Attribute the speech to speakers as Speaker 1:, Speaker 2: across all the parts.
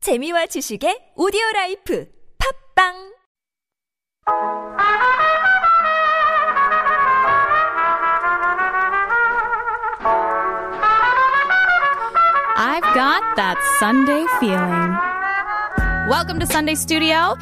Speaker 1: 재미와 지식의 오디오 라이프 팝빵
Speaker 2: I've got that Sunday feeling. Welcome to Sunday Studio.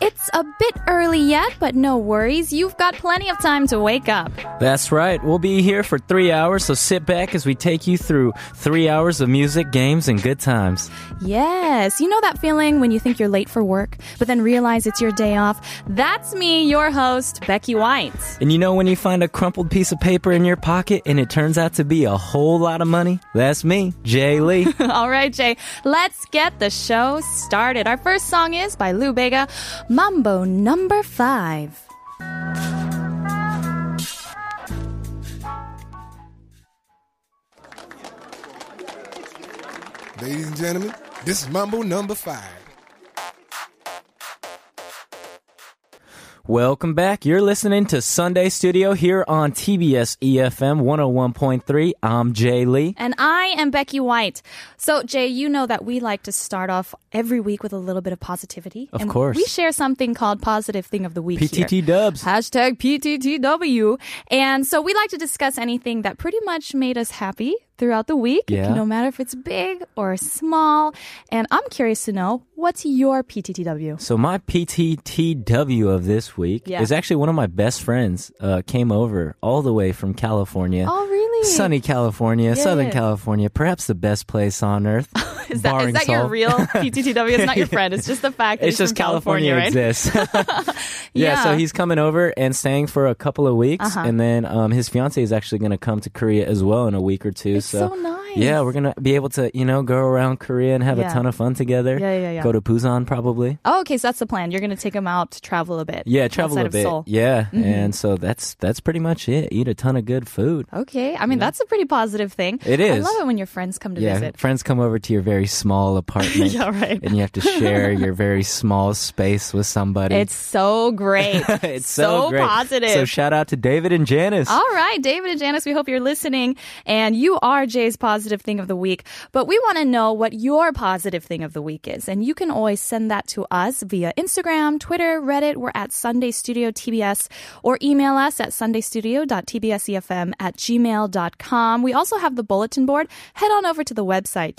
Speaker 2: It's a bit early yet, but no worries. You've got plenty of time to wake up.
Speaker 3: That's right. We'll be here for three hours, so sit back as we take you through three hours of music, games, and good times.
Speaker 2: Yes, you know that feeling when you think you're late for work, but then realize it's your day off? That's me, your host, Becky White.
Speaker 3: And you know when you find a crumpled piece of paper in your pocket and it turns out to be a whole lot of money? That's me, Jay Lee.
Speaker 2: All right, Jay, let's get the show started. Our first song is by Lou Bega, Mambo Number Five.
Speaker 4: Ladies and gentlemen, this is Mumble number five.
Speaker 3: Welcome back. You're listening to Sunday Studio here on TBS EFM 101.3. I'm Jay Lee.
Speaker 2: And I am Becky White. So, Jay, you know that we like to start off every week with a little bit of positivity.
Speaker 3: Of
Speaker 2: and
Speaker 3: course.
Speaker 2: We share something called Positive Thing of the Week. here.
Speaker 3: PTT dubs.
Speaker 2: Hashtag PTTW. And so we like to discuss anything that pretty much made us happy throughout the week,
Speaker 3: Yeah.
Speaker 2: no matter if it's big or small. And I'm curious to know what's your PTTW?
Speaker 3: So my PTTW of this week
Speaker 2: Yeah.
Speaker 3: is actually one of my best friends uh, came over all the way from California.
Speaker 2: Oh, really?
Speaker 3: Sunny California, Southern
Speaker 2: Yeah.
Speaker 3: California, perhaps the best place on earth.
Speaker 2: Is that, is
Speaker 3: barring
Speaker 2: that your
Speaker 3: Seoul.
Speaker 2: real PTTW? It's not your friend. It's just the fact that
Speaker 3: It's
Speaker 2: he's
Speaker 3: just
Speaker 2: from California,
Speaker 3: California,
Speaker 2: right?
Speaker 3: exists. yeah, so
Speaker 2: Yeah. Uh-huh.
Speaker 3: he's coming over and staying for a couple of weeks, and then um, his fiance is actually going to come to Korea as well in a week or two.
Speaker 2: It's so nice.
Speaker 3: Yeah, we're gonna be able to you know go around Korea and have
Speaker 2: Yeah.
Speaker 3: a ton of fun together.
Speaker 2: Yeah, yeah, yeah.
Speaker 3: Go to Busan probably.
Speaker 2: Oh, okay, so that's the plan. You're going to take him out to travel a bit.
Speaker 3: Yeah, travel
Speaker 2: outside
Speaker 3: a bit.
Speaker 2: Of Seoul. Mm-hmm.
Speaker 3: Yeah, and so that's that's pretty much it. Eat a ton of good food.
Speaker 2: Okay, I mean that's a pretty positive thing.
Speaker 3: It
Speaker 2: I
Speaker 3: is.
Speaker 2: love it when your friends come to
Speaker 3: Yeah,
Speaker 2: visit.
Speaker 3: friends come over to your very small apartment.
Speaker 2: Yeah, right.
Speaker 3: And you have to share your very small space with somebody.
Speaker 2: It's so great.
Speaker 3: It's so, great.
Speaker 2: positive. Oh.
Speaker 3: So shout out to David and Janice.
Speaker 2: All right, David and Janice, we hope you're listening and you are Jay's positive thing of the week. But we want to know what your positive thing of the week is. And you can always send that to us via Instagram, Twitter, Reddit. We're at Sunday Studio TBS or email us at sundaystudio.tbscfm E at gmail.com. We also have the bulletin board. Head on over to the website,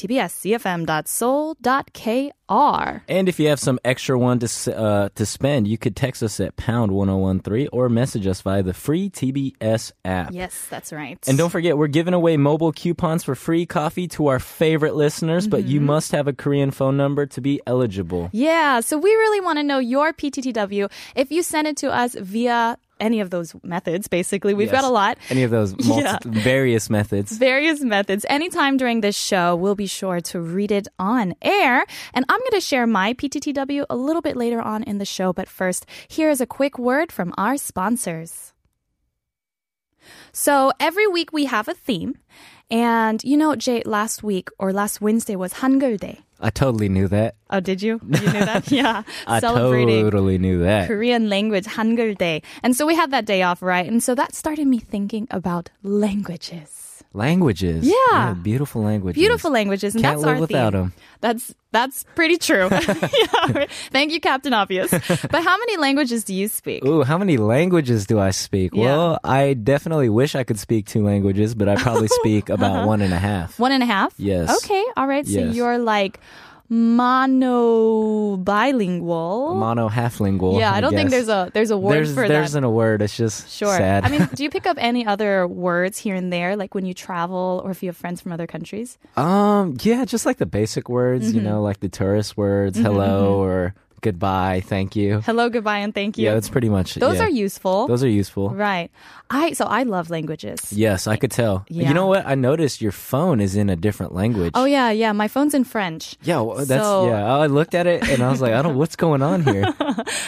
Speaker 2: tbscfm.soul.kr.
Speaker 3: And if you have some extra one to s- uh, to spend, you could text us at pound one zero one three or message us via the free TBS app.
Speaker 2: Yes, that's right.
Speaker 3: And don't forget, we're giving away mobile coupons for free coffee to our favorite listeners, but
Speaker 2: Mm-hmm.
Speaker 3: you must have a Korean phone number to be eligible.
Speaker 2: Yeah, so we really want to know your PTTW. If you send it to us via any of those methods, basically, we've got
Speaker 3: Yes.
Speaker 2: a lot.
Speaker 3: Any of those multi-
Speaker 2: Yeah.
Speaker 3: various methods.
Speaker 2: Various methods. Anytime during this show, we'll be sure to read it on air. And I'm going to share my PTTW a little bit later on in the show. But first, here is a quick word from our sponsors. So every week we have a theme. And you know, Jay, last week or last Wednesday was Hangul Day.
Speaker 3: I totally knew that.
Speaker 2: Oh, did you? You knew that? yeah.
Speaker 3: I totally knew that.
Speaker 2: Korean language Hangul Day. And so we had that day off, right? And so that started me thinking about languages.
Speaker 3: Languages.
Speaker 2: Yeah.
Speaker 3: Beautiful languages.
Speaker 2: Beautiful languages, and
Speaker 3: Can't
Speaker 2: that's
Speaker 3: live
Speaker 2: our
Speaker 3: without
Speaker 2: theme.
Speaker 3: 'em.
Speaker 2: That's that's pretty true. Yeah. Thank you, Captain Obvious. but how many languages do you speak?
Speaker 3: Ooh, how many languages do I speak?
Speaker 2: Yeah.
Speaker 3: Well, I definitely wish I could speak two languages, but I probably speak
Speaker 2: Uh-huh.
Speaker 3: about one and a half.
Speaker 2: One and a half.
Speaker 3: Yes.
Speaker 2: Okay. All right. So
Speaker 3: Yes.
Speaker 2: you're like mono bilingual.
Speaker 3: Mono halflingual.
Speaker 2: yeah, I don't think
Speaker 3: guess.
Speaker 2: there's a there's a word
Speaker 3: there's,
Speaker 2: for
Speaker 3: there
Speaker 2: that.
Speaker 3: isn't a word. It's just
Speaker 2: Sure.
Speaker 3: sad.
Speaker 2: I mean, do you pick up any other words here and there, like when you travel or if you have friends from other countries?
Speaker 3: um, yeah, just like the basic words,
Speaker 2: Mm-hmm.
Speaker 3: you know, like the tourist words, hello or goodbye, thank you.
Speaker 2: Hello, goodbye, and Mm-hmm, thank you.
Speaker 3: Yeah, that's pretty much.
Speaker 2: Those
Speaker 3: yeah.
Speaker 2: are useful.
Speaker 3: Those are useful.
Speaker 2: right. I so I love languages.
Speaker 3: Yes, I could tell.
Speaker 2: Yeah.
Speaker 3: You know what? I noticed your phone is in a different language.
Speaker 2: Oh yeah, yeah. My phone's in French.
Speaker 3: Yeah, well, that's
Speaker 2: So-
Speaker 3: yeah. I looked at it and I was like, I don't. What's going on here?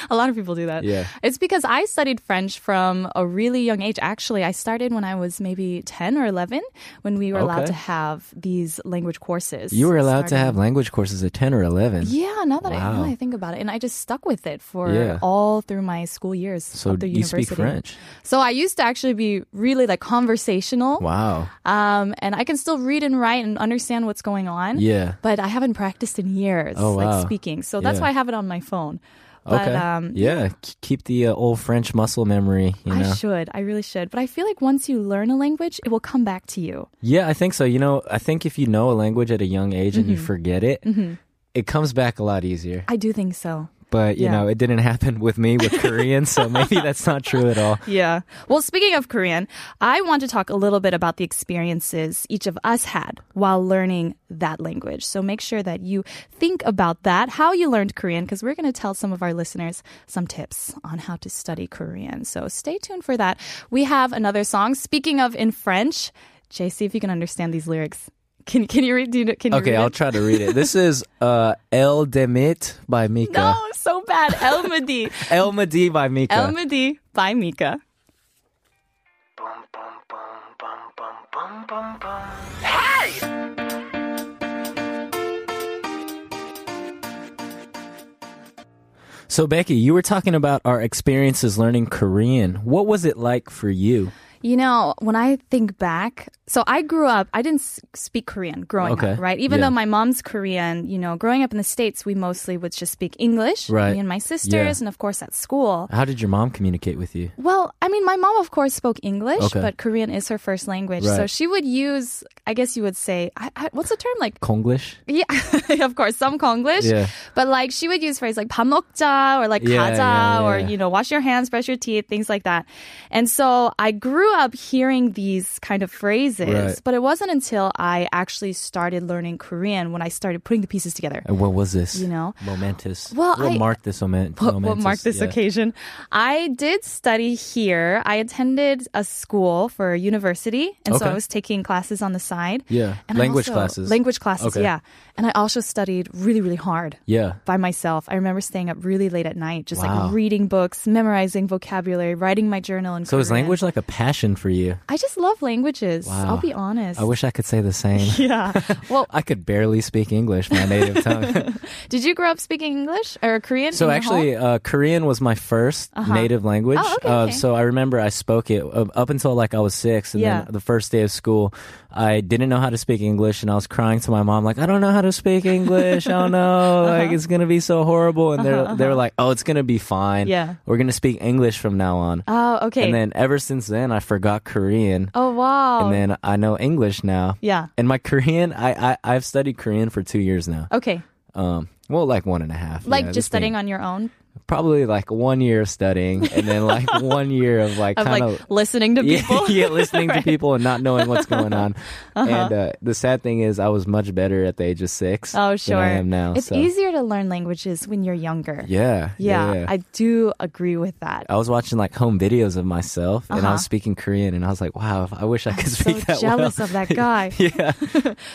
Speaker 2: A lot of people do that.
Speaker 3: Yeah.
Speaker 2: It's because I studied French from a really young age. Actually, I started when I was maybe ten or eleven when we were allowed
Speaker 3: Okay.
Speaker 2: to have these language courses.
Speaker 3: You were allowed to
Speaker 2: starting-
Speaker 3: have language courses at ten or eleven.
Speaker 2: Yeah, now that I now
Speaker 3: Wow.
Speaker 2: that I think about it, and I just stuck with it for
Speaker 3: Yeah.
Speaker 2: all through my school years.
Speaker 3: So
Speaker 2: up through
Speaker 3: you speak
Speaker 2: university.
Speaker 3: French.
Speaker 2: So I used to actually be really like conversational.
Speaker 3: Wow.
Speaker 2: Um, and I can still read and write and understand what's going on.
Speaker 3: Yeah.
Speaker 2: But I haven't practiced in years,
Speaker 3: Oh,
Speaker 2: like
Speaker 3: wow.
Speaker 2: speaking. So that's
Speaker 3: Yeah.
Speaker 2: why I have it on my phone. But
Speaker 3: Okay.
Speaker 2: um,
Speaker 3: yeah. k- Keep the uh, old French muscle memory. You know.
Speaker 2: I should. I really should. But I feel like once you learn a language, it will come back to you.
Speaker 3: Yeah, I think so. You know, I think if you know a language at a young age and
Speaker 2: Mm-hmm.
Speaker 3: you forget it, it comes back a lot easier.
Speaker 2: I do think so.
Speaker 3: But, you
Speaker 2: Yeah.
Speaker 3: know, it didn't happen with me with Korean, so maybe that's not true at all.
Speaker 2: Yeah. Well, speaking of Korean, I want to talk a little bit about the experiences each of us had while learning that language. So make sure that you think about that, how you learned Korean, because we're going to tell some of our listeners some tips on how to study Korean. So stay tuned for that. We have another song. Speaking of in French, Jay, see if you can understand these lyrics. Can, can you read? Do you, know- can you
Speaker 3: Okay,
Speaker 2: read
Speaker 3: I'll
Speaker 2: it?
Speaker 3: try to read it. This is uh, El Demit by Mika.
Speaker 2: No, so bad. Elmadi.
Speaker 3: El Madi by Mika.
Speaker 2: Elmadi by Mika.
Speaker 3: so, Becky, you were talking about our experiences learning Korean. What was it like for you?
Speaker 2: You know, when I think back, so I grew up, I didn't s- speak Korean growing
Speaker 3: Okay.
Speaker 2: up, right? Even
Speaker 3: Yeah.
Speaker 2: though my mom's Korean, you know, growing up in the States, we mostly would just speak English,
Speaker 3: Right.
Speaker 2: me and my sisters,
Speaker 3: Yeah.
Speaker 2: and of course at school.
Speaker 3: How did your mom communicate with you?
Speaker 2: Well, I mean, my mom, of course, spoke English,
Speaker 3: Okay.
Speaker 2: but Korean is her first language. So
Speaker 3: Right.
Speaker 2: she would use, I guess you would say, I, I, what's the term? Like,
Speaker 3: Konglish?
Speaker 2: yeah, of course, some Konglish.
Speaker 3: Yeah.
Speaker 2: But like she would use phrases like 밥 먹자 or like
Speaker 3: Yeah,
Speaker 2: 가자
Speaker 3: yeah,
Speaker 2: or
Speaker 3: yeah.
Speaker 2: you know wash your hands, brush your teeth, things like that. And so I grew up hearing these kind of phrases,
Speaker 3: Right.
Speaker 2: but it wasn't until I actually started learning Korean when I started putting the pieces together.
Speaker 3: And Uh, what was this?
Speaker 2: You know?
Speaker 3: Momentous.
Speaker 2: Well, I-
Speaker 3: what marked this moment?
Speaker 2: What, what marked this
Speaker 3: yeah.
Speaker 2: occasion? I did study here. I attended a school for university, and so I
Speaker 3: Okay.
Speaker 2: was taking classes on the side.
Speaker 3: Yeah.
Speaker 2: And I
Speaker 3: Language
Speaker 2: also-
Speaker 3: classes.
Speaker 2: Language classes,
Speaker 3: Okay.
Speaker 2: yeah. And I also studied really, really hard.
Speaker 3: Yeah.
Speaker 2: by myself. I remember staying up really late at night, just
Speaker 3: Wow.
Speaker 2: like reading books, memorizing vocabulary, writing my journal. In
Speaker 3: So is
Speaker 2: Korean.
Speaker 3: language like a passion for you?
Speaker 2: I just love languages. I'll
Speaker 3: Wow.
Speaker 2: be honest.
Speaker 3: I wish I could say the same.
Speaker 2: Yeah. well,
Speaker 3: I could barely speak English, my native tongue.
Speaker 2: did you grow up speaking English or Korean? in
Speaker 3: so
Speaker 2: your
Speaker 3: actually,
Speaker 2: home?
Speaker 3: uh, Korean was my 1st native language.
Speaker 2: Oh, okay,
Speaker 3: uh,
Speaker 2: okay.
Speaker 3: So I remember I spoke it uh, up until like I was six, and
Speaker 2: Yeah.
Speaker 3: then the first day of school, I didn't know how to speak English, and I was crying to my mom like, "I don't know how to speak English. I don't know.
Speaker 2: Uh-huh.
Speaker 3: Like it's gonna be so horrible." And they're they were like, "Oh, it's gonna be fine.
Speaker 2: Yeah.
Speaker 3: we're gonna speak English from now on."
Speaker 2: Oh, okay.
Speaker 3: And then ever since then, I forgot Korean.
Speaker 2: oh wow.
Speaker 3: and then I know English now.
Speaker 2: Yeah.
Speaker 3: And my Korean, I, I I've studied Korean for two years now.
Speaker 2: okay.
Speaker 3: Um, well, like one and a half.
Speaker 2: Like
Speaker 3: yeah, this
Speaker 2: just studying on
Speaker 3: thing.
Speaker 2: your own,
Speaker 3: Probably like one year of studying, and then like one year of like
Speaker 2: of
Speaker 3: kind
Speaker 2: like listening to
Speaker 3: yeah,
Speaker 2: people. Uh-huh.
Speaker 3: yeah, listening to people and not knowing what's going on. And uh, the sad thing is, I was much better at the age of six.
Speaker 2: Oh, sure.
Speaker 3: Than I am now.
Speaker 2: it's
Speaker 3: so.
Speaker 2: easier to learn languages when you're younger.
Speaker 3: Yeah.
Speaker 2: Yeah, I do agree with that.
Speaker 3: I was watching like home videos of myself, and I was speaking Korean, and I was like, "Wow, I wish I
Speaker 2: Uh-huh.
Speaker 3: could
Speaker 2: so
Speaker 3: speak that
Speaker 2: jealous
Speaker 3: well."
Speaker 2: of that guy. yeah.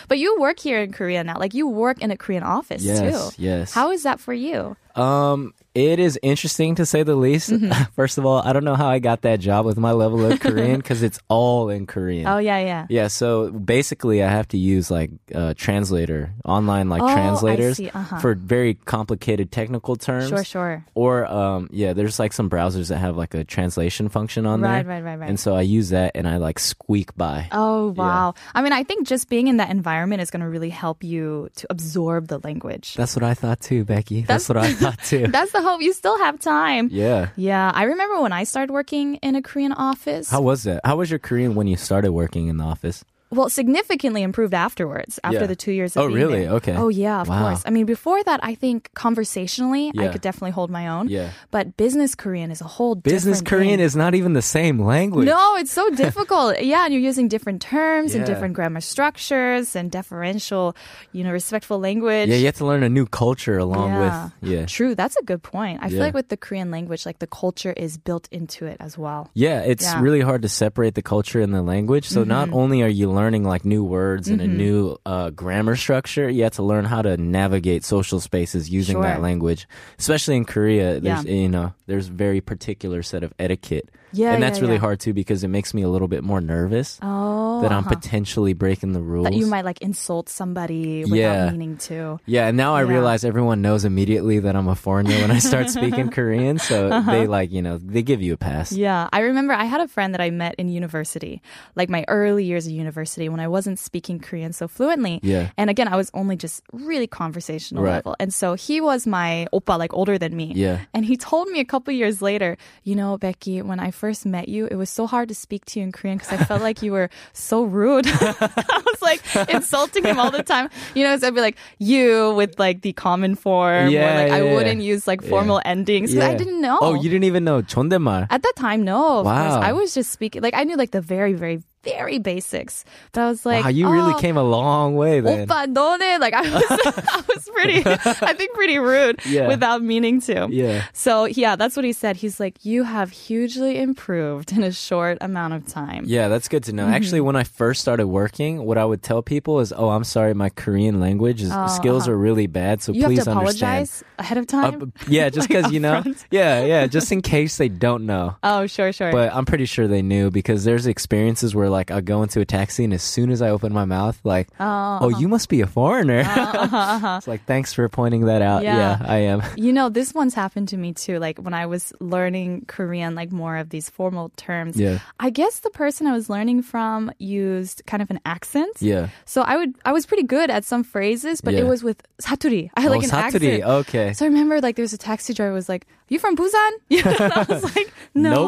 Speaker 2: but you work here in Korea now. Like you work in a Korean office
Speaker 3: Yes,
Speaker 2: too.
Speaker 3: yes.
Speaker 2: How is that for you?
Speaker 3: Um, it is interesting to say the least.
Speaker 2: Mm-hmm.
Speaker 3: First of all, I don't know how I got that job with my level of Korean because it's all in Korean.
Speaker 2: Oh yeah, yeah.
Speaker 3: Yeah, so basically, I have to use like uh, translator online, like
Speaker 2: Oh, I
Speaker 3: translators
Speaker 2: see. Uh-huh.
Speaker 3: for very complicated technical terms.
Speaker 2: Sure, sure.
Speaker 3: Or um, yeah, there's like some browsers that have like a translation function on
Speaker 2: Right,
Speaker 3: there.
Speaker 2: right, right, right.
Speaker 3: And so I use that, and I like squeak by.
Speaker 2: Oh wow. I mean, I think just being in that environment is going to really help you to absorb the language.
Speaker 3: That's what I thought too, Becky. That's, what I thought too.
Speaker 2: That's the hope. You still have time.
Speaker 3: yeah.
Speaker 2: Yeah, I remember when I started working in a Korean office.
Speaker 3: How was that? How was your Korean when you started working in the office?
Speaker 2: Well, significantly improved afterwards after
Speaker 3: Yeah.
Speaker 2: the two years. Of
Speaker 3: Oh,
Speaker 2: being
Speaker 3: really?
Speaker 2: there.
Speaker 3: Okay.
Speaker 2: Oh yeah, of
Speaker 3: Wow.
Speaker 2: course. I mean, before that, I think conversationally, I
Speaker 3: Yeah.
Speaker 2: could definitely hold my own.
Speaker 3: Yeah.
Speaker 2: But business Korean is a whole
Speaker 3: Business
Speaker 2: different
Speaker 3: Korean
Speaker 2: thing.
Speaker 3: is not even the same language.
Speaker 2: No, it's so difficult. yeah, and you're using different terms and
Speaker 3: Yeah.
Speaker 2: different grammar structures and deferential, you know, respectful language.
Speaker 3: Yeah, you have to learn a new culture along with yeah.
Speaker 2: True, that's a good point. I feel
Speaker 3: Yeah.
Speaker 2: like with the Korean language, like the culture is built into it as well.
Speaker 3: Yeah, it's
Speaker 2: Yeah. Mm-hmm.
Speaker 3: really hard to separate the culture and the language. So not only are you learning like new words and a new uh, grammar structure, you have to learn how to navigate social spaces using
Speaker 2: Sure.
Speaker 3: that language. Especially in Korea, there's
Speaker 2: Yeah.
Speaker 3: you know there's very particular set of etiquette
Speaker 2: Yeah,
Speaker 3: and that's
Speaker 2: yeah,
Speaker 3: really
Speaker 2: yeah.
Speaker 3: hard too because it makes me a little bit more nervous
Speaker 2: Oh,
Speaker 3: that I'm
Speaker 2: uh-huh.
Speaker 3: potentially breaking the rules.
Speaker 2: that you might like insult somebody without
Speaker 3: Yeah.
Speaker 2: meaning to.
Speaker 3: Yeah, and now I
Speaker 2: Yeah.
Speaker 3: realize everyone knows immediately that I'm a foreigner when I start speaking Korean. So
Speaker 2: Uh-huh.
Speaker 3: they like, you know, they give you a pass.
Speaker 2: Yeah, I remember I had a friend that I met in university, like my early years of university when I wasn't speaking Korean so fluently.
Speaker 3: Yeah.
Speaker 2: And again, I was only just really conversational
Speaker 3: Right.
Speaker 2: level. And so he was my oppa, like older than me.
Speaker 3: Yeah.
Speaker 2: And he told me a couple years later, you know, Becky, when I first met you, it was so hard to speak to you in Korean because I felt like you were so rude. I was like insulting him all the time. You know, so I'd be like, you with like the common form. or
Speaker 3: Yeah,
Speaker 2: like I
Speaker 3: yeah, yeah.
Speaker 2: wouldn't use like formal endings. But I
Speaker 3: Yeah.
Speaker 2: didn't know.
Speaker 3: Oh, you didn't even know 존댓말.
Speaker 2: At that time, no. of course.
Speaker 3: Wow.
Speaker 2: I was just speaking, like, I knew, like, the very, very, very basics. But I was like,
Speaker 3: wow, you really
Speaker 2: "Oh,
Speaker 3: came a long way then.
Speaker 2: Oppa, 너네. Like, I was, I was pretty, I think, pretty rude
Speaker 3: Yeah.
Speaker 2: without meaning to.
Speaker 3: Yeah.
Speaker 2: So, yeah, that's what he said. He's like, you have hugely improved in a short amount of time.
Speaker 3: Yeah, that's good to know.
Speaker 2: Mm-hmm.
Speaker 3: Actually, when I first started working, what I would tell people is, "Oh, I'm sorry, my Korean language is, skills are really bad,
Speaker 2: Oh,
Speaker 3: so
Speaker 2: uh-huh. You have
Speaker 3: please
Speaker 2: to
Speaker 3: understand."
Speaker 2: apologize ahead of
Speaker 3: Uh,
Speaker 2: time?
Speaker 3: yeah, just
Speaker 2: Like,
Speaker 3: because you know.
Speaker 2: upfront?
Speaker 3: Yeah, yeah, just in case they don't know.
Speaker 2: Oh, sure, sure.
Speaker 3: But I'm pretty sure they knew because there's experiences where like I go into a taxi and as soon as I open my mouth, like,
Speaker 2: uh-huh.
Speaker 3: oh, you must be a foreigner. it's like thanks for pointing that out.
Speaker 2: Uh, Yeah.
Speaker 3: Yeah, I am.
Speaker 2: You know, this one's happened to me too. Like when I was learning Korean, like more of these formal terms.
Speaker 3: Yeah.
Speaker 2: I guess the person I was learning from used kind of an accent.
Speaker 3: Yeah.
Speaker 2: So I would I was pretty good at some phrases, but it
Speaker 3: Yeah.
Speaker 2: was with saturi. I had like
Speaker 3: oh,
Speaker 2: an
Speaker 3: Saturday.
Speaker 2: accent.
Speaker 3: Okay.
Speaker 2: So I remember like there's a taxi driver was like, You from Busan? You know, and I was like, No.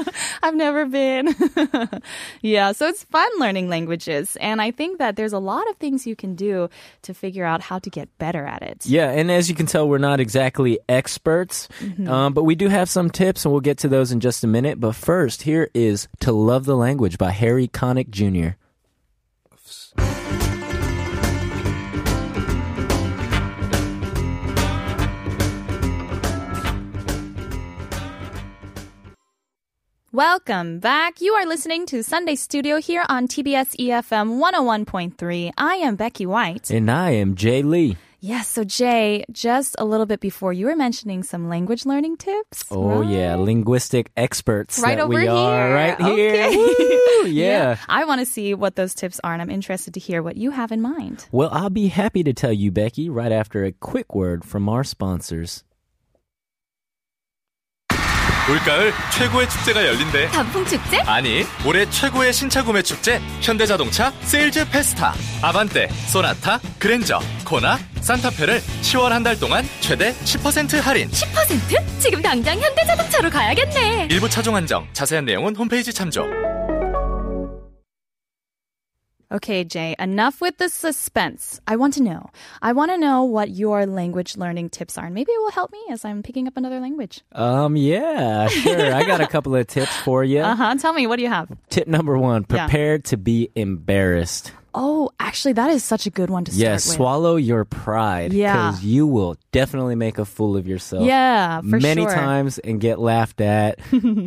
Speaker 2: I've never been. yeah, so it's fun learning languages. And I think that there's a lot of things you can do to figure out how to get better at it.
Speaker 3: Yeah, and as you can tell, we're not exactly experts,
Speaker 2: Mm-hmm.
Speaker 3: um, but we do have some tips, and we'll get to those in just a minute. But first, here is "To Love the Language" by Harry Connick Jr.
Speaker 2: Welcome back. You are listening to Sunday Studio here on TBS EFM 101.3. I am Becky White.
Speaker 3: And I am Jay Lee.
Speaker 2: Yes, so Jay, just a little bit before, you were mentioning some language learning tips.
Speaker 3: Oh
Speaker 2: right?
Speaker 3: yeah, linguistic experts
Speaker 2: Right
Speaker 3: that
Speaker 2: over
Speaker 3: we are
Speaker 2: here.
Speaker 3: right here.
Speaker 2: Okay.
Speaker 3: Woo, yeah.
Speaker 2: I want to see what those tips are, and I'm interested to hear what you have in mind.
Speaker 3: Well, I'll be happy to tell you, Becky, right after a quick word from our sponsors.
Speaker 5: 올가을 최고의 축제가 열린대.
Speaker 1: 단풍축제
Speaker 5: 아니, 올해 최고의 신차 구매 축제 현대자동차 세일즈 페스타. 아반떼, 소나타, 그랜저, 코나, 산타페를 10월 한 달 동안 최대 10% 할인.
Speaker 1: 10% 지금 당장 현대자동차로 가야겠네.
Speaker 5: 일부 차종 한정. 자세한 내용은 홈페이지 참조.
Speaker 2: Okay, Jay, enough with the suspense. I want to know. I want to know what your language learning tips are, and maybe it will help me as I'm picking up another language.
Speaker 3: Um, yeah, sure. I got a couple of tips for you.
Speaker 2: Uh huh. Tell me, what do you have?
Speaker 3: Tip number one:
Speaker 2: Yeah.
Speaker 3: prepare to be embarrassed.
Speaker 2: Oh, actually, that is such a good one to start
Speaker 3: Yes,
Speaker 2: with.
Speaker 3: swallow your pride.
Speaker 2: Yeah.
Speaker 3: Because you will definitely make a fool of yourself.
Speaker 2: Yeah, for
Speaker 3: many
Speaker 2: sure.
Speaker 3: times and get laughed at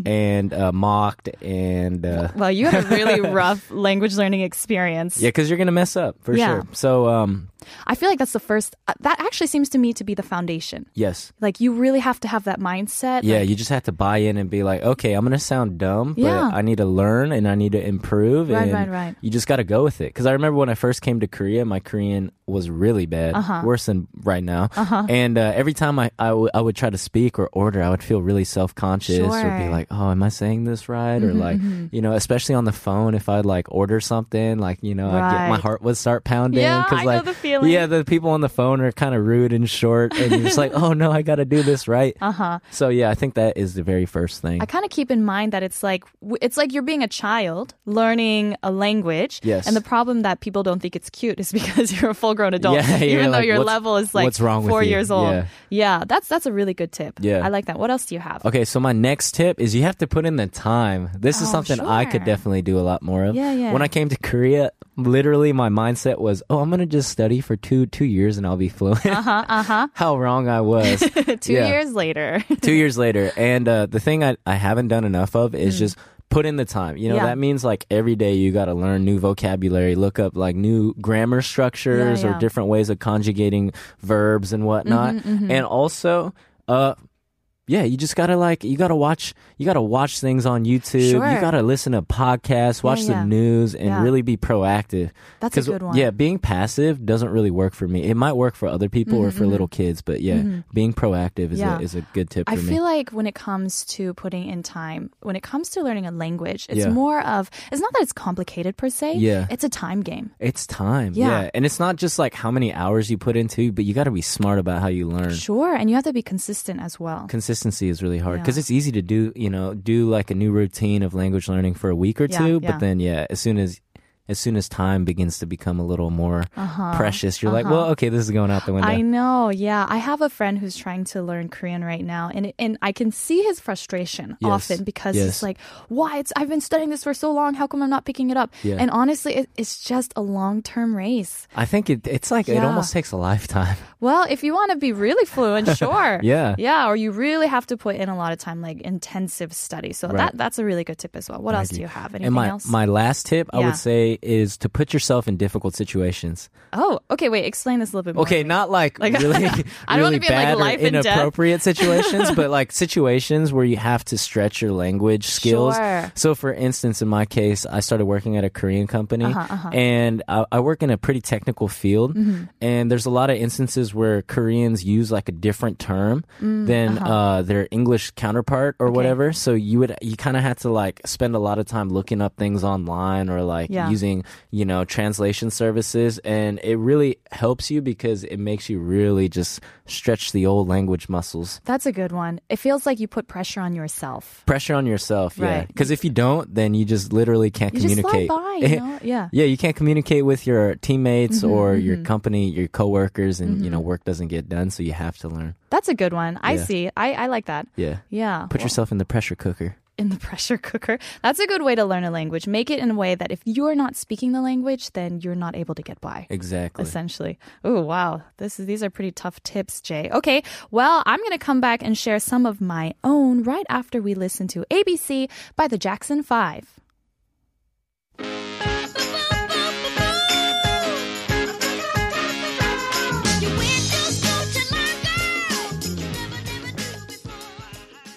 Speaker 3: and uh, mocked and. Uh,
Speaker 2: Well, you had a really rough language learning experience.
Speaker 3: yeah, because you're going to mess up for
Speaker 2: Yeah.
Speaker 3: sure. So, um,
Speaker 2: I feel like that's the first, uh, that actually seems to me to be the foundation.
Speaker 3: yes.
Speaker 2: Like, you really have to have that mindset.
Speaker 3: Yeah,
Speaker 2: Like,
Speaker 3: you just have to buy in and be like, okay, I'm going to sound dumb, but
Speaker 2: Yeah.
Speaker 3: I need to learn and I need to improve.
Speaker 2: Right,
Speaker 3: and
Speaker 2: right, right.
Speaker 3: You just got to go with it. Because I remember when I first came to Korea, my Korean was really bad,
Speaker 2: Uh-huh.
Speaker 3: worse than right now. And uh, every time I, I, w- I would try to speak or order, I would feel really self conscious or be
Speaker 2: Sure. Mm-hmm,
Speaker 3: like, oh, am I saying this right? or like, you know, especially on the phone, if I'd like order something, like, you know, I'd get, my
Speaker 2: Right.
Speaker 3: heart would start pounding.
Speaker 2: Yeah, I
Speaker 3: 'cause,
Speaker 2: know
Speaker 3: like,
Speaker 2: the feeling.
Speaker 3: Yeah, the people on the phone are kind of rude and short. And you're just like, oh, no, I got to do this right.
Speaker 2: Uh huh.
Speaker 3: So yeah, I think that is the very first thing.
Speaker 2: I kind of keep in mind that it's like w- it's like you're being a child learning a language.
Speaker 3: Yes.
Speaker 2: And the problem that people don't think it's cute is because you're a full grown adult,
Speaker 3: Yeah,
Speaker 2: even
Speaker 3: you're
Speaker 2: though
Speaker 3: like,
Speaker 2: your
Speaker 3: "What's-
Speaker 2: level is like
Speaker 3: what's wrong with
Speaker 2: four
Speaker 3: you?"
Speaker 2: years old.
Speaker 3: Yeah.
Speaker 2: Yeah, that's that's a really good tip.
Speaker 3: Yeah.
Speaker 2: I like that. What else do you have?
Speaker 3: okay, so my next tip is you have to put in the time. This is
Speaker 2: Oh,
Speaker 3: something I could
Speaker 2: sure.
Speaker 3: definitely do a lot more of.
Speaker 2: Yeah, yeah.
Speaker 3: When I came to Korea, literally my mindset was, "Oh, I'm going to just study for 2 2 years and I'll be fluent." Uh-huh, uh-huh. How wrong I was.
Speaker 2: Two
Speaker 3: yeah.
Speaker 2: years later.
Speaker 3: 2 years later. And uh, the thing I I haven't done enough of is just put in the time. You know,
Speaker 2: Mm. Yeah.
Speaker 3: that means like every day you got to learn new vocabulary, look up like new grammar structures
Speaker 2: yeah. Mm-hmm,
Speaker 3: or different ways of conjugating verbs and whatnot. And also, uh, yeah, you just gotta like you gotta watch you gotta watch things on YouTube.
Speaker 2: Sure.
Speaker 3: You gotta listen to podcasts, watch
Speaker 2: yeah.
Speaker 3: the news, and
Speaker 2: Yeah.
Speaker 3: really be proactive.
Speaker 2: That's a
Speaker 3: 'Cause,
Speaker 2: good one.
Speaker 3: Yeah, being passive doesn't really work for me. It might work for other people or for little kids, but yeah, being proactive is
Speaker 2: Mm-hmm, Yeah.
Speaker 3: a is a good tip
Speaker 2: I
Speaker 3: for me.
Speaker 2: feel like when it comes to putting in time, when it comes to learning a language, it's
Speaker 3: Yeah.
Speaker 2: more of it's not that it's complicated per se.
Speaker 3: Yeah.
Speaker 2: It's a time game.
Speaker 3: It's time.
Speaker 2: Yeah.
Speaker 3: Yeah. And it's not just like how many hours you put into, but you got to be smart about how you learn.
Speaker 2: Sure, and you have to be consistent as well.
Speaker 3: Consistency is really hard
Speaker 2: Yeah.
Speaker 3: because it's easy to do, you know, do like a new routine of language learning for a week or
Speaker 2: Yeah,
Speaker 3: two,
Speaker 2: yeah.
Speaker 3: but then yeah, as soon as as soon as time begins to become a little more precious, you're like, well, okay, this is going out the window.
Speaker 2: Uh-huh. I know, yeah. I have a friend who's trying to learn Korean right now, and and I can see his frustration
Speaker 3: Yes,
Speaker 2: often because it's
Speaker 3: yes.
Speaker 2: like, why? It's I've been studying this for so long. How come I'm not picking it up?
Speaker 3: Yeah.
Speaker 2: And honestly, it, it's just a long term race.
Speaker 3: I think it, it's like it
Speaker 2: Yeah.
Speaker 3: almost takes a lifetime.
Speaker 2: Well, if you want to be really fluent, sure.
Speaker 3: Yeah.
Speaker 2: Yeah, or you really have to put in a lot of time, like intensive study. So that
Speaker 3: Right.
Speaker 2: that's a really good tip as well. What else do you have? Anything
Speaker 3: and my
Speaker 2: else?
Speaker 3: my last tip I
Speaker 2: Yeah.
Speaker 3: would say is to put yourself in difficult situations.
Speaker 2: oh, okay. Wait, explain this a little bit more.
Speaker 3: Okay, not like,
Speaker 2: Like,
Speaker 3: really,
Speaker 2: I don't wanna
Speaker 3: really
Speaker 2: be in, like,
Speaker 3: bad
Speaker 2: life
Speaker 3: or
Speaker 2: and death.
Speaker 3: inappropriate situations, but like situations where you have to stretch your language skills.
Speaker 2: Sure.
Speaker 3: So, for instance, in my case, I started working at a Korean company, and I, I work in a pretty technical field, and there's a lot of instances where Koreans use like a different term than uh their English counterpart or whatever. So you would you kind of had to like spend a lot of time looking up things online or like
Speaker 2: Yeah.
Speaker 3: using you know translation services, and it really helps you because it makes you really just stretch the old language muscles
Speaker 2: That's a good one. It feels like you put pressure on yourself.
Speaker 3: pressure on yourself yeah
Speaker 2: Right.
Speaker 3: because if you don't then you just literally can't
Speaker 2: You just slide
Speaker 3: communicate
Speaker 2: by, you know? Yeah. Mm-hmm,
Speaker 3: yeah you can't communicate with your teammates or your company your coworkers and you know work doesn't get done so you have to learn
Speaker 2: That's a good one. I
Speaker 3: Yeah.
Speaker 2: see. I, I like that.
Speaker 3: yeah
Speaker 2: Yeah.
Speaker 3: put yourself in the pressure cooker
Speaker 2: in the pressure cooker. That's a good way to learn a language. Make it in a way that if you're not speaking the language, then you're not able to get by.
Speaker 3: exactly
Speaker 2: Essentially. Oh, wow. This is, these are pretty tough tips, Jay. Okay. Well, I'm going to come back and share some of my own right after we listen to ABC by the Jackson 5.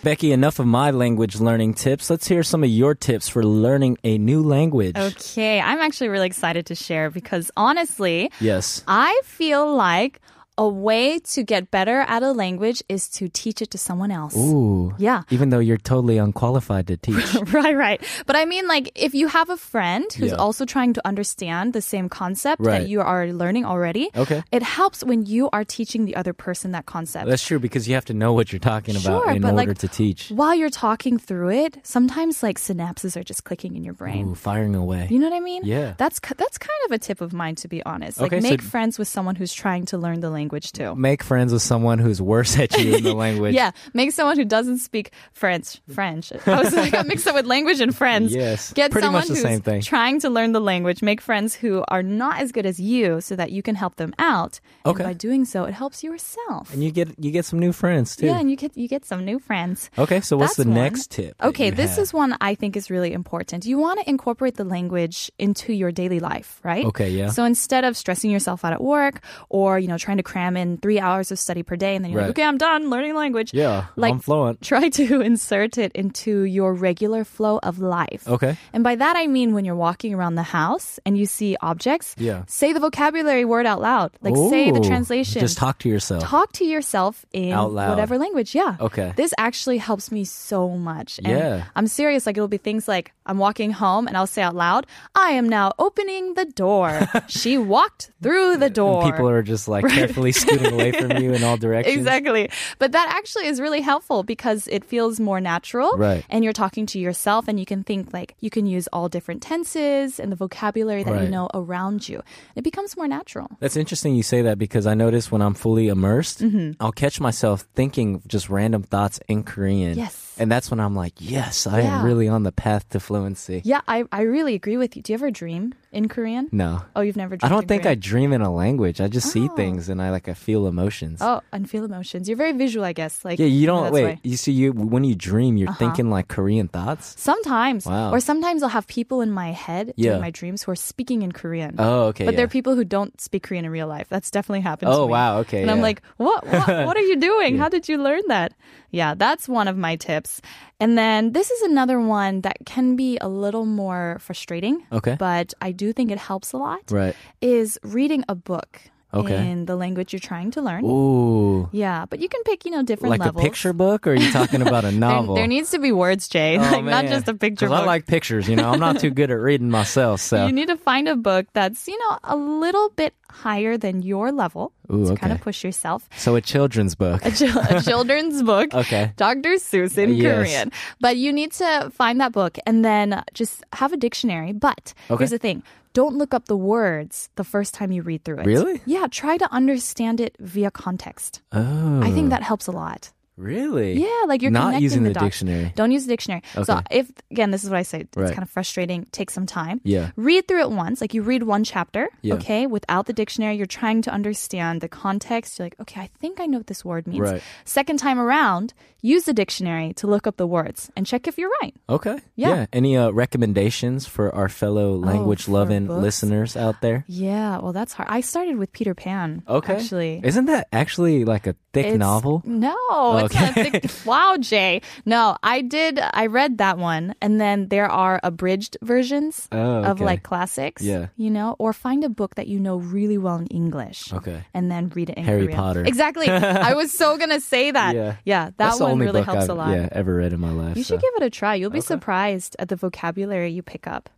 Speaker 3: becky enough of my language learning tips let's hear some of your tips for learning a new language
Speaker 2: Okay. I'm actually really excited to share because honestly,
Speaker 3: yes
Speaker 2: I feel like a way to get better at a language is to teach it to someone else.
Speaker 3: ooh
Speaker 2: Yeah.
Speaker 3: even though you're totally unqualified to teach
Speaker 2: right, right. But I mean, like, if you have a friend who's
Speaker 3: Yeah.
Speaker 2: also trying to understand the same concept that
Speaker 3: Right.
Speaker 2: you are learning already,
Speaker 3: Okay.
Speaker 2: it helps when you are teaching the other person that concept.
Speaker 3: that's true because you have to know what you're talking
Speaker 2: Sure,
Speaker 3: about in
Speaker 2: but,
Speaker 3: order
Speaker 2: like,
Speaker 3: to teach
Speaker 2: While you're talking through it, sometimes like synapses are just clicking in your brain.
Speaker 3: ooh firing away
Speaker 2: You know what I mean?
Speaker 3: Yeah.
Speaker 2: That's ki- that's kind of a tip of mine, to be honest. Like,
Speaker 3: Okay, so-
Speaker 2: make friends with someone who's trying to learn the language too.
Speaker 3: make friends with someone who's worse at you in the language
Speaker 2: Yeah, make someone who doesn't speak French. French. I was like, I got mixed up with language and friends.
Speaker 3: Yes,
Speaker 2: Get
Speaker 3: pretty
Speaker 2: someone
Speaker 3: much the
Speaker 2: who's
Speaker 3: same thing.
Speaker 2: trying to learn the language. Make friends who are not as good as you, so that you can help them out.
Speaker 3: Okay.
Speaker 2: And by doing so, it helps yourself.
Speaker 3: And you get you get some new friends too.
Speaker 2: yeah, and you get you get some new friends.
Speaker 3: okay, so what's
Speaker 2: That's
Speaker 3: the
Speaker 2: one.
Speaker 3: next tip? that
Speaker 2: Okay,
Speaker 3: you
Speaker 2: this
Speaker 3: have?
Speaker 2: is one I think is really important. You want to incorporate the language into your daily life, right?
Speaker 3: Okay, yeah.
Speaker 2: So instead of stressing yourself out at work or, you know, trying to cram in three hours of study per day and then you're like,
Speaker 3: Right.
Speaker 2: okay, I'm done learning language.
Speaker 3: Yeah,
Speaker 2: Like,
Speaker 3: I'm fluent.
Speaker 2: Try to insert it into your regular flow of life.
Speaker 3: Okay.
Speaker 2: And by that I mean when you're walking around the house and you see objects,
Speaker 3: Yeah.
Speaker 2: say the vocabulary word out loud. Like say the
Speaker 3: Ooh,
Speaker 2: translation.
Speaker 3: Just talk to yourself.
Speaker 2: Talk to yourself in
Speaker 3: Oh. Out loud.
Speaker 2: whatever language. Yeah.
Speaker 3: Okay.
Speaker 2: This actually helps me so much. And
Speaker 3: Yeah.
Speaker 2: I'm serious. Like, it'll be things like I'm walking home and I'll say out loud, I am now opening the door. she walked through the door.
Speaker 3: And people are just like carefully scooting away from you in all directions.
Speaker 2: Exactly. But that actually is really helpful because it feels more natural.
Speaker 3: Right.
Speaker 2: And you're talking to yourself and you can think like you can use all different tenses and the vocabulary that you
Speaker 3: Right.
Speaker 2: know around you. It becomes more natural.
Speaker 3: That's interesting you say that because I notice when I'm fully immersed,
Speaker 2: Mm-hmm.
Speaker 3: I'll catch myself thinking just random thoughts in Korean.
Speaker 2: Yes.
Speaker 3: And that's when I'm like, yes, I
Speaker 2: Yeah.
Speaker 3: am really on the path to fluency.
Speaker 2: Yeah, I, I really agree with you. Do you ever dream in Korean?
Speaker 3: No.
Speaker 2: Oh, you've never
Speaker 3: I
Speaker 2: dreamed
Speaker 3: don't
Speaker 2: in
Speaker 3: think I
Speaker 2: Korean.
Speaker 3: dream in a language. I just see
Speaker 2: Oh.
Speaker 3: things and I like I feel emotions.
Speaker 2: Oh, and feel emotions. You're very visual, I guess. Like
Speaker 3: yeah, you
Speaker 2: that's
Speaker 3: don't
Speaker 2: why.
Speaker 3: wait.
Speaker 2: Uh-huh.
Speaker 3: You see, you when you dream, you're thinking like Korean thoughts.
Speaker 2: Sometimes,
Speaker 3: Wow.
Speaker 2: or sometimes I'll have people in my head
Speaker 3: Yeah.
Speaker 2: in my dreams who are speaking in Korean.
Speaker 3: Oh, okay.
Speaker 2: but
Speaker 3: yeah.
Speaker 2: there are people who don't speak Korean in real life. That's definitely happened. to
Speaker 3: Oh,
Speaker 2: me.
Speaker 3: wow, okay,
Speaker 2: And I'm
Speaker 3: yeah.
Speaker 2: like, what? What, what are you doing? How did you learn that? Yeah, that's one of my tips. And then this is another one that can be a little more frustrating.
Speaker 3: Okay.
Speaker 2: But I do think it helps a lot.
Speaker 3: Right.
Speaker 2: Is reading a book
Speaker 3: Okay.
Speaker 2: in the language you're trying to learn.
Speaker 3: Ooh,
Speaker 2: Yeah, but you can pick you know different
Speaker 3: like
Speaker 2: levels.
Speaker 3: a picture book, or are you talking about a
Speaker 2: There,
Speaker 3: novel?
Speaker 2: there needs to be words, Jay.
Speaker 3: Oh,
Speaker 2: like not
Speaker 3: man.
Speaker 2: just a picture
Speaker 3: 'Cause
Speaker 2: book.
Speaker 3: I like pictures. You know, I'm not too good at reading myself, so
Speaker 2: You need to find a book that's, you know, a little bit higher than your level
Speaker 3: Ooh,
Speaker 2: to kind of
Speaker 3: okay.
Speaker 2: push yourself.
Speaker 3: so a children's book.
Speaker 2: A, chil- a children's book.
Speaker 3: Okay. Uh,
Speaker 2: Dr. Seuss in
Speaker 3: Yes.
Speaker 2: Korean. But you need to find that book and then just have a dictionary. But
Speaker 3: Okay.
Speaker 2: here's the thing. Don't look up the words the first time you read through it.
Speaker 3: Really?
Speaker 2: Yeah, try to understand it via context.
Speaker 3: Oh,
Speaker 2: I think that helps a lot.
Speaker 3: really.
Speaker 2: Yeah, like you're
Speaker 3: not
Speaker 2: connecting
Speaker 3: using the,
Speaker 2: the dots.
Speaker 3: dictionary.
Speaker 2: Don't use the dictionary. So
Speaker 3: Okay.
Speaker 2: if again, this is what I say. It's
Speaker 3: Right.
Speaker 2: kind of frustrating. Take some time.
Speaker 3: Yeah.
Speaker 2: Read through it once. Like you read one chapter.
Speaker 3: Yeah.
Speaker 2: Okay. Without the dictionary, you're trying to understand the context. You're like, okay, I think I know what this word means.
Speaker 3: Right.
Speaker 2: Second time around, use the dictionary to look up the words and check if you're right.
Speaker 3: Okay.
Speaker 2: Yeah. Oh,
Speaker 3: Any uh, recommendations for our fellow language
Speaker 2: for
Speaker 3: loving
Speaker 2: books?
Speaker 3: listeners out there?
Speaker 2: Yeah. Well, that's hard. I started with Peter Pan.
Speaker 3: Okay.
Speaker 2: Actually.
Speaker 3: isn't that actually like a
Speaker 2: It's-
Speaker 3: thick novel? Oh,
Speaker 2: No, it's
Speaker 3: Okay.
Speaker 2: not a thick, wow, Jay. No, I did. I read that one, and then there are abridged versions
Speaker 3: Oh,
Speaker 2: of
Speaker 3: okay.
Speaker 2: like classics.
Speaker 3: Yeah.
Speaker 2: you know, or find a book that you know really well in English.
Speaker 3: Okay.
Speaker 2: and then read it in
Speaker 3: Harry
Speaker 2: Korean.
Speaker 3: Potter.
Speaker 2: Exactly. I was so gonna say that.
Speaker 3: Yeah.
Speaker 2: that
Speaker 3: That's the
Speaker 2: one
Speaker 3: only
Speaker 2: really
Speaker 3: book
Speaker 2: helps
Speaker 3: I've
Speaker 2: a lot.
Speaker 3: Yeah, ever read in my life.
Speaker 2: You
Speaker 3: so.
Speaker 2: should give it a try. You'll be surprised at the vocabulary you pick up.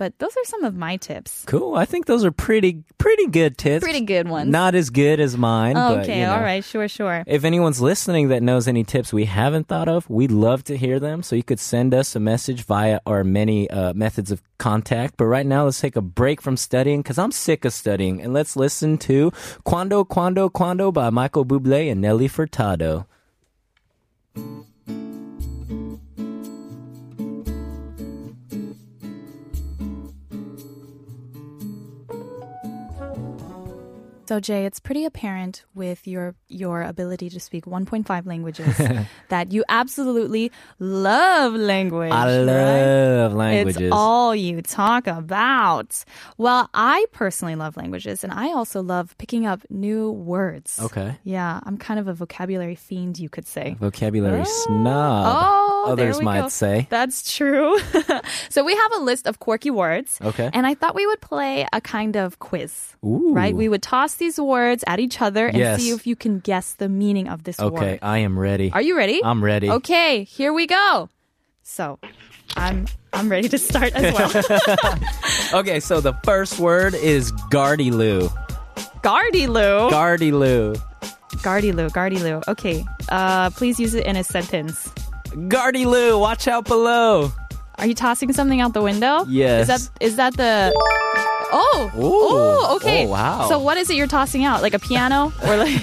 Speaker 2: But those are some of my tips.
Speaker 3: Cool. I think those are pretty pretty good tips.
Speaker 2: Pretty good ones.
Speaker 3: Not as good as mine. but,
Speaker 2: okay,
Speaker 3: you know.
Speaker 2: all right, sure, sure.
Speaker 3: If anyone's listening that knows any tips we haven't thought of, we'd love to hear them. So you could send us a message via our many uh, methods of contact. But right now, let's take a break from studying because I'm sick of studying. And let's listen to Quando, Quando, Quando by Michael Bublé and Nelly Furtado.
Speaker 2: So Jay, it's pretty apparent with your your ability to speak 1.5 languages that you absolutely love language.
Speaker 3: I
Speaker 2: right?
Speaker 3: love languages.
Speaker 2: It's all you talk about. Well, I personally love languages and I also love picking up new words.
Speaker 3: okay.
Speaker 2: Yeah, I'm kind of a vocabulary fiend, you could say.
Speaker 3: Vocabulary
Speaker 2: Oh.
Speaker 3: snob.
Speaker 2: Oh, there
Speaker 3: Others
Speaker 2: we
Speaker 3: might
Speaker 2: go.
Speaker 3: say.
Speaker 2: That's true. so we have a list of quirky words.
Speaker 3: Okay.
Speaker 2: And I thought we would play a kind of quiz.
Speaker 3: Ooh.
Speaker 2: Right? We would toss these words at each other and
Speaker 3: Yes.
Speaker 2: see if you can guess the meaning of this
Speaker 3: Okay,
Speaker 2: word.
Speaker 3: I am ready.
Speaker 2: Are you ready?
Speaker 3: I'm ready.
Speaker 2: Okay, here we go. So, I'm I'm ready to start as well.
Speaker 3: Okay, so the first word is Gardilu.
Speaker 2: Gardy Lou.
Speaker 3: Gardilu.
Speaker 2: Gardy Lou, Gardy Lou. Okay. Uh please use it in a sentence.
Speaker 3: Gardilu, watch out below.
Speaker 2: Are you tossing something out the window?
Speaker 3: Yes.
Speaker 2: Is that is that the Oh.
Speaker 3: Ooh.
Speaker 2: Oh, okay.
Speaker 3: Oh, wow.
Speaker 2: So what is it you're tossing out? Like a piano or like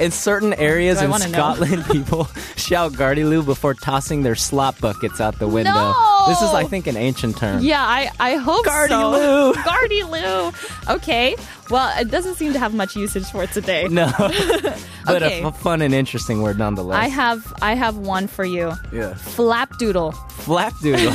Speaker 3: In certain areas
Speaker 2: Do I
Speaker 3: in
Speaker 2: wanna know?
Speaker 3: Scotland, people shout Gardilu before tossing their slop buckets out the window.
Speaker 2: No!
Speaker 3: This is, I think, an ancient term.
Speaker 2: Yeah, I I hope
Speaker 3: Gardy
Speaker 2: so.
Speaker 3: Lou.
Speaker 2: Gardy Lou. Okay. Well, it doesn't seem to have much usage for today.
Speaker 3: No. but
Speaker 2: Okay.
Speaker 3: a f- fun and interesting word nonetheless.
Speaker 2: I have I have one for you.
Speaker 3: yeah.
Speaker 2: Flapdoodle.
Speaker 3: Flapdoodle.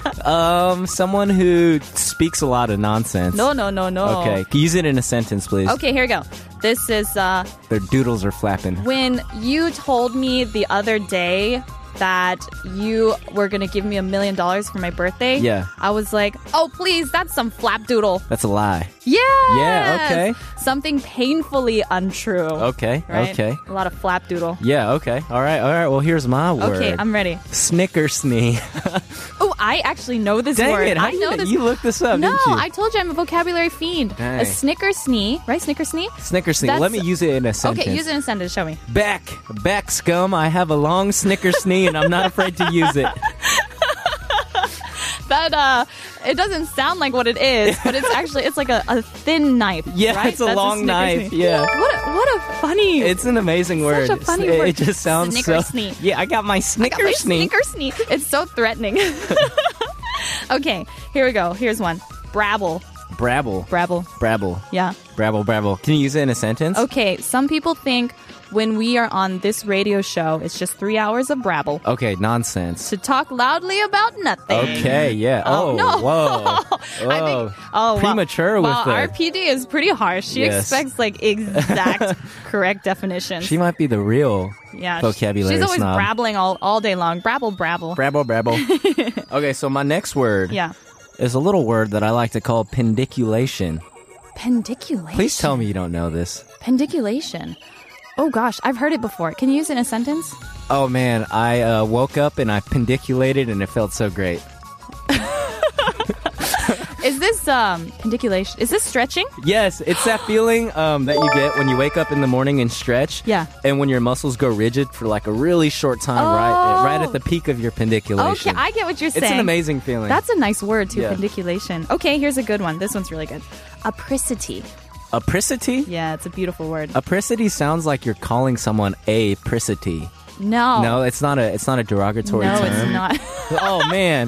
Speaker 3: um, someone who speaks a lot of nonsense.
Speaker 2: No, no, no, no.
Speaker 3: Okay, use it in a sentence, please.
Speaker 2: Okay, here we go. This is uh
Speaker 3: Their doodles are flapping.
Speaker 2: when you told me the other day that you were gonna give me a million dollars for my birthday.
Speaker 3: Yeah.
Speaker 2: I was like, oh please, that's some flapdoodle.
Speaker 3: That's a lie.
Speaker 2: Yeah.
Speaker 3: Yeah, okay.
Speaker 2: Something painfully untrue.
Speaker 3: Okay,
Speaker 2: Right?
Speaker 3: okay.
Speaker 2: A lot of flapdoodle.
Speaker 3: Yeah, okay. All right, all right. Well, here's my word.
Speaker 2: Okay, I'm ready.
Speaker 3: Snickersnee.
Speaker 2: Oh, I actually know this
Speaker 3: Dang
Speaker 2: word.
Speaker 3: it, how
Speaker 2: I
Speaker 3: do
Speaker 2: know
Speaker 3: you,
Speaker 2: this.
Speaker 3: you looked this up,
Speaker 2: no,
Speaker 3: didn't you?
Speaker 2: I told you I'm a vocabulary fiend. A
Speaker 3: Dang.
Speaker 2: snickersnee, right? Snickersnee.
Speaker 3: Snickersnee.
Speaker 2: That's-
Speaker 3: Let me use it in a sentence.
Speaker 2: Okay, use it in a sentence. Show me.
Speaker 3: Back, back, scum. I have a long snickersnee, and I'm not afraid to use it.
Speaker 2: That uh, it doesn't sound like what it is, but it's actually it's like a, a thin knife.
Speaker 3: Yeah,
Speaker 2: right?
Speaker 3: it's a
Speaker 2: That's
Speaker 3: long knife.
Speaker 2: snickersnee.
Speaker 3: Yeah.
Speaker 2: What a, what a funny.
Speaker 3: It's an amazing word.
Speaker 2: Such a funny
Speaker 3: it,
Speaker 2: word.
Speaker 3: It just sounds
Speaker 2: Snickersnee.
Speaker 3: so. Yeah, I got my
Speaker 2: Got my
Speaker 3: snickersnee.
Speaker 2: Snickersnee. It's so threatening. okay, here we go. Here's one. Brabble.
Speaker 3: Brabble.
Speaker 2: Brabble.
Speaker 3: Brabble.
Speaker 2: Yeah.
Speaker 3: Brabble, brabble. Can you use it in a sentence?
Speaker 2: Okay, some people think when we are on this radio show, it's just three hours of brabble
Speaker 3: Okay, nonsense.
Speaker 2: to talk loudly about nothing.
Speaker 3: Okay, yeah. Oh,
Speaker 2: Oh, no.
Speaker 3: whoa.
Speaker 2: I
Speaker 3: Whoa.
Speaker 2: think, oh, wow.
Speaker 3: Premature
Speaker 2: wow,
Speaker 3: with
Speaker 2: our
Speaker 3: the-
Speaker 2: PD is pretty harsh. She
Speaker 3: Yes.
Speaker 2: expects like exact, correct definitions.
Speaker 3: She might be the real
Speaker 2: yeah,
Speaker 3: vocabulary
Speaker 2: She's always
Speaker 3: snob.
Speaker 2: brabbling all, all day long. Brabble, brabble.
Speaker 3: brabble, brabble. okay, so my next word
Speaker 2: yeah,
Speaker 3: is a little word that I like to call pendiculation.
Speaker 2: pendiculation.
Speaker 3: Please tell me you don't know this.
Speaker 2: pendiculation. Oh gosh, I've heard it before. Can you use it in a sentence?
Speaker 3: Oh man, I uh, woke up and I pendiculated and it felt so great.
Speaker 2: Is this um pendiculation? Is this stretching?
Speaker 3: Yes, it's that feeling um, that you get when you wake up in the morning and stretch.
Speaker 2: Yeah.
Speaker 3: And when your muscles go rigid for like a really short time, right,
Speaker 2: Oh.
Speaker 3: right at the peak of your
Speaker 2: Okay,
Speaker 3: pendiculation.
Speaker 2: I get what you're
Speaker 3: it's
Speaker 2: saying.
Speaker 3: an amazing feeling.
Speaker 2: That's a nice word too,
Speaker 3: Yeah.
Speaker 2: pendiculation. Okay, here's a good one. This one's really good. Apricity.
Speaker 3: apricity.
Speaker 2: Yeah, it's a beautiful word.
Speaker 3: Apricity sounds like you're calling someone apricity.
Speaker 2: no.
Speaker 3: No, it's not a. It's not a derogatory
Speaker 2: Oh. No,
Speaker 3: term.
Speaker 2: it's not.
Speaker 3: oh man!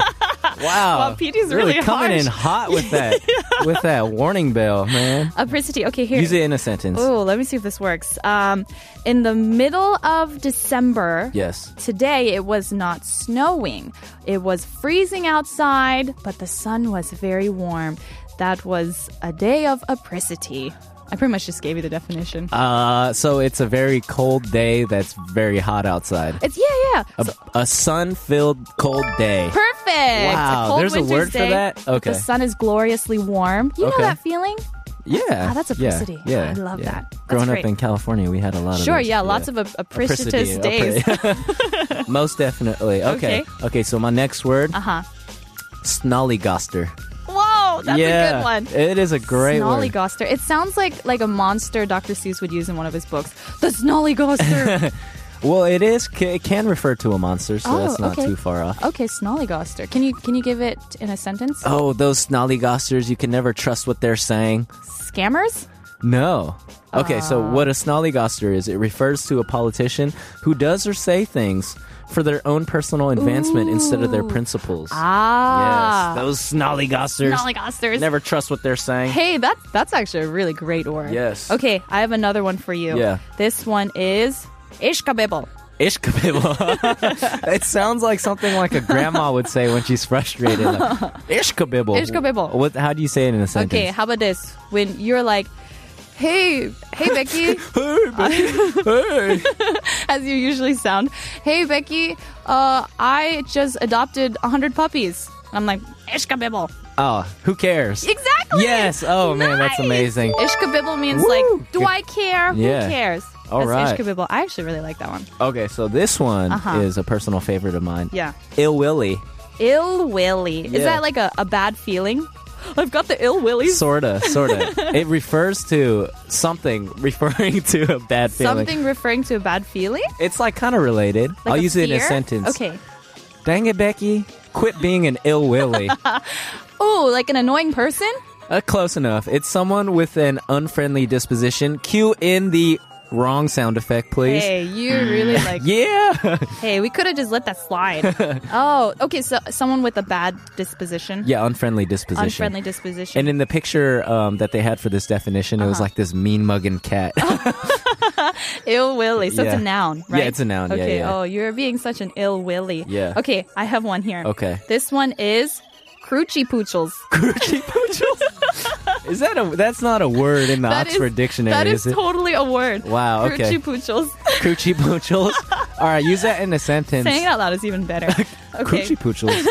Speaker 3: Wow.
Speaker 2: Wow, PT's really
Speaker 3: coming
Speaker 2: harsh.
Speaker 3: in hot with that with that warning bell, man.
Speaker 2: Apricity. Okay, here.
Speaker 3: Use it in a sentence.
Speaker 2: Oh, let me see if this works. Um, in the middle of December,
Speaker 3: Yes.
Speaker 2: today it was not snowing. It was freezing outside, but the sun was very warm. That was a day of apricity. I pretty much just gave you the definition.
Speaker 3: Uh, so it's a very cold day that's very hot outside.
Speaker 2: it's yeah, yeah.
Speaker 3: A, a sun-filled cold day.
Speaker 2: Perfect.
Speaker 3: Wow,
Speaker 2: a cold
Speaker 3: there's a
Speaker 2: winter's
Speaker 3: word for
Speaker 2: day,
Speaker 3: that?
Speaker 2: but
Speaker 3: Okay.
Speaker 2: The sun is gloriously warm. You
Speaker 3: Okay.
Speaker 2: know that feeling?
Speaker 3: Yeah.
Speaker 2: Ah, that's
Speaker 3: yeah,
Speaker 2: apricity.
Speaker 3: Yeah.
Speaker 2: I love
Speaker 3: yeah.
Speaker 2: that. That's
Speaker 3: Growing
Speaker 2: great.
Speaker 3: up in California, we had a lot of
Speaker 2: Sure,
Speaker 3: those,
Speaker 2: yeah, lots of ap- apricitous days.
Speaker 3: apri- Most definitely. Okay.
Speaker 2: Okay.
Speaker 3: okay. so my next word,
Speaker 2: Uh huh.
Speaker 3: snollygoster.
Speaker 2: Whoa, that's
Speaker 3: yeah,
Speaker 2: a good one.
Speaker 3: It is a great word.
Speaker 2: Snollygoster. It sounds like like a monster Dr. Seuss would use in one of his books. The Snollygoster.
Speaker 3: Well, it is. c- It can refer to a monster, so
Speaker 2: Oh,
Speaker 3: that's not
Speaker 2: okay.
Speaker 3: too far off.
Speaker 2: okay, Snollygoster. Can you can you give it in a sentence?
Speaker 3: Oh, those snollygosters! You can never trust what they're saying.
Speaker 2: Scammers?
Speaker 3: No. Okay, so
Speaker 2: Ah.
Speaker 3: what a snollygoster is, it refers to a politician who does or say things for their own personal advancement instead of their principles.
Speaker 2: Ah.
Speaker 3: Yes, those snollygosters.
Speaker 2: Snollygosters.
Speaker 3: Never trust what they're saying.
Speaker 2: Hey, that's that's actually a really great word.
Speaker 3: Yes.
Speaker 2: Okay, I have another one for you.
Speaker 3: Yeah.
Speaker 2: This one is Ishkabibble.
Speaker 3: Ishkabibble. it sounds like something like a grandma would say when she's frustrated. Like, Ishkabibble.
Speaker 2: Ishkabibble.
Speaker 3: What, how do you say it in a
Speaker 2: Okay,
Speaker 3: sentence?
Speaker 2: how about this? When you're like, hey, hey, Becky,
Speaker 3: Hey.
Speaker 2: as you usually sound, hey, Becky, uh, I just adopted 100 puppies. And I'm like, Ishkabibble.
Speaker 3: Oh, who cares?
Speaker 2: Exactly.
Speaker 3: Yes. Oh, man, that's
Speaker 2: Nice.
Speaker 3: amazing.
Speaker 2: Ishkabibble means
Speaker 3: Woo.
Speaker 2: like, do
Speaker 3: Good.
Speaker 2: I care?
Speaker 3: Yeah.
Speaker 2: Who cares?
Speaker 3: All
Speaker 2: That's
Speaker 3: right.
Speaker 2: Ishkabibble. I actually really like that one.
Speaker 3: Okay, so this one
Speaker 2: Uh-huh.
Speaker 3: is a personal favorite of mine.
Speaker 2: Yeah.
Speaker 3: Ill Willy.
Speaker 2: Ill willy. Is
Speaker 3: Yeah.
Speaker 2: that like a, a bad feeling? I've got the ill willies.
Speaker 3: Sorta, sorta. it refers to something referring to a bad feeling.
Speaker 2: Something referring to a bad feeling?
Speaker 3: It's like kind of related.
Speaker 2: Like
Speaker 3: I'll
Speaker 2: a
Speaker 3: use it in a
Speaker 2: fear?
Speaker 3: sentence.
Speaker 2: Okay.
Speaker 3: Dang it, Becky. Quit being an ill willy.
Speaker 2: Oh, like an annoying person?
Speaker 3: uh, close enough. It's someone with an unfriendly disposition. Cue in the wrong sound effect, please.
Speaker 2: Hey, you really like.
Speaker 3: Yeah.
Speaker 2: Hey, we could have just let that slide. oh, okay. So someone with a bad disposition,
Speaker 3: yeah, unfriendly disposition.
Speaker 2: unfriendly disposition.
Speaker 3: And in the picture um, that they had for this definition, it was
Speaker 2: Uh-huh.
Speaker 3: like this mean mugging cat.
Speaker 2: ill willy. So it's
Speaker 3: Yeah.
Speaker 2: a noun,
Speaker 3: Yeah,
Speaker 2: right?
Speaker 3: it's a noun. Yeah,
Speaker 2: Okay.
Speaker 3: yeah.
Speaker 2: Oh, you're being such an ill willy.
Speaker 3: Yeah.
Speaker 2: Okay, I have one here.
Speaker 3: Okay.
Speaker 2: This one is crunchy poochles.
Speaker 3: is that a? That's not a word in the
Speaker 2: That is-
Speaker 3: Oxford Dictionary,
Speaker 2: That is,
Speaker 3: is it?
Speaker 2: totally a word.
Speaker 3: Wow, okay.
Speaker 2: Crunchy poochles.
Speaker 3: Crunchy poochles. All right, use that in a sentence.
Speaker 2: Saying it out loud is even better. Okay.
Speaker 3: Crunchy poochles.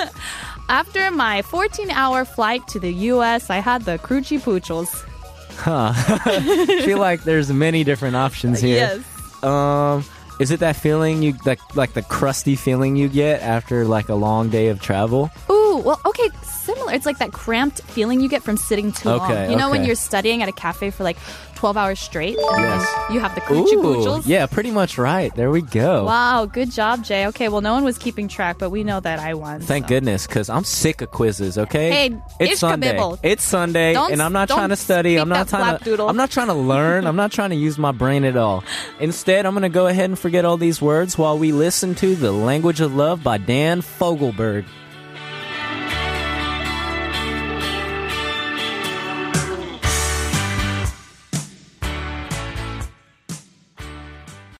Speaker 2: After my 14-hour flight to the U.S., I had the crunchy poochles.
Speaker 3: I feel like there's many different options here.
Speaker 2: Yes.
Speaker 3: Um, is it that feeling you like, like the crusty feeling you get after like a long day of travel?
Speaker 2: Ooh, well, okay, similar. It's like that cramped feeling you get from sitting too long.
Speaker 3: Okay,
Speaker 2: You know when
Speaker 3: okay.
Speaker 2: you're studying at a cafe for like 12 hours straight? and then
Speaker 3: Yes.
Speaker 2: You have the coochie poochles?
Speaker 3: yeah, pretty much right. There we go.
Speaker 2: Wow, good job, Jay. Okay, well, no one was keeping track, but we know that I won.
Speaker 3: Thank
Speaker 2: so.
Speaker 3: goodness, because I'm sick of quizzes. Okay,
Speaker 2: Hey,
Speaker 3: it's
Speaker 2: ishka
Speaker 3: Sunday.
Speaker 2: bibble.
Speaker 3: It's Sunday,
Speaker 2: Don't-
Speaker 3: and I'm not
Speaker 2: don't
Speaker 3: trying to study.
Speaker 2: speak
Speaker 3: I'm not
Speaker 2: that
Speaker 3: trying to.
Speaker 2: flapdoodle.
Speaker 3: I'm not trying to learn. I'm not trying to use my brain at all. Instead, I'm going to go ahead and forget all these words while we listen to "The Language of Love" by Dan Fogelberg.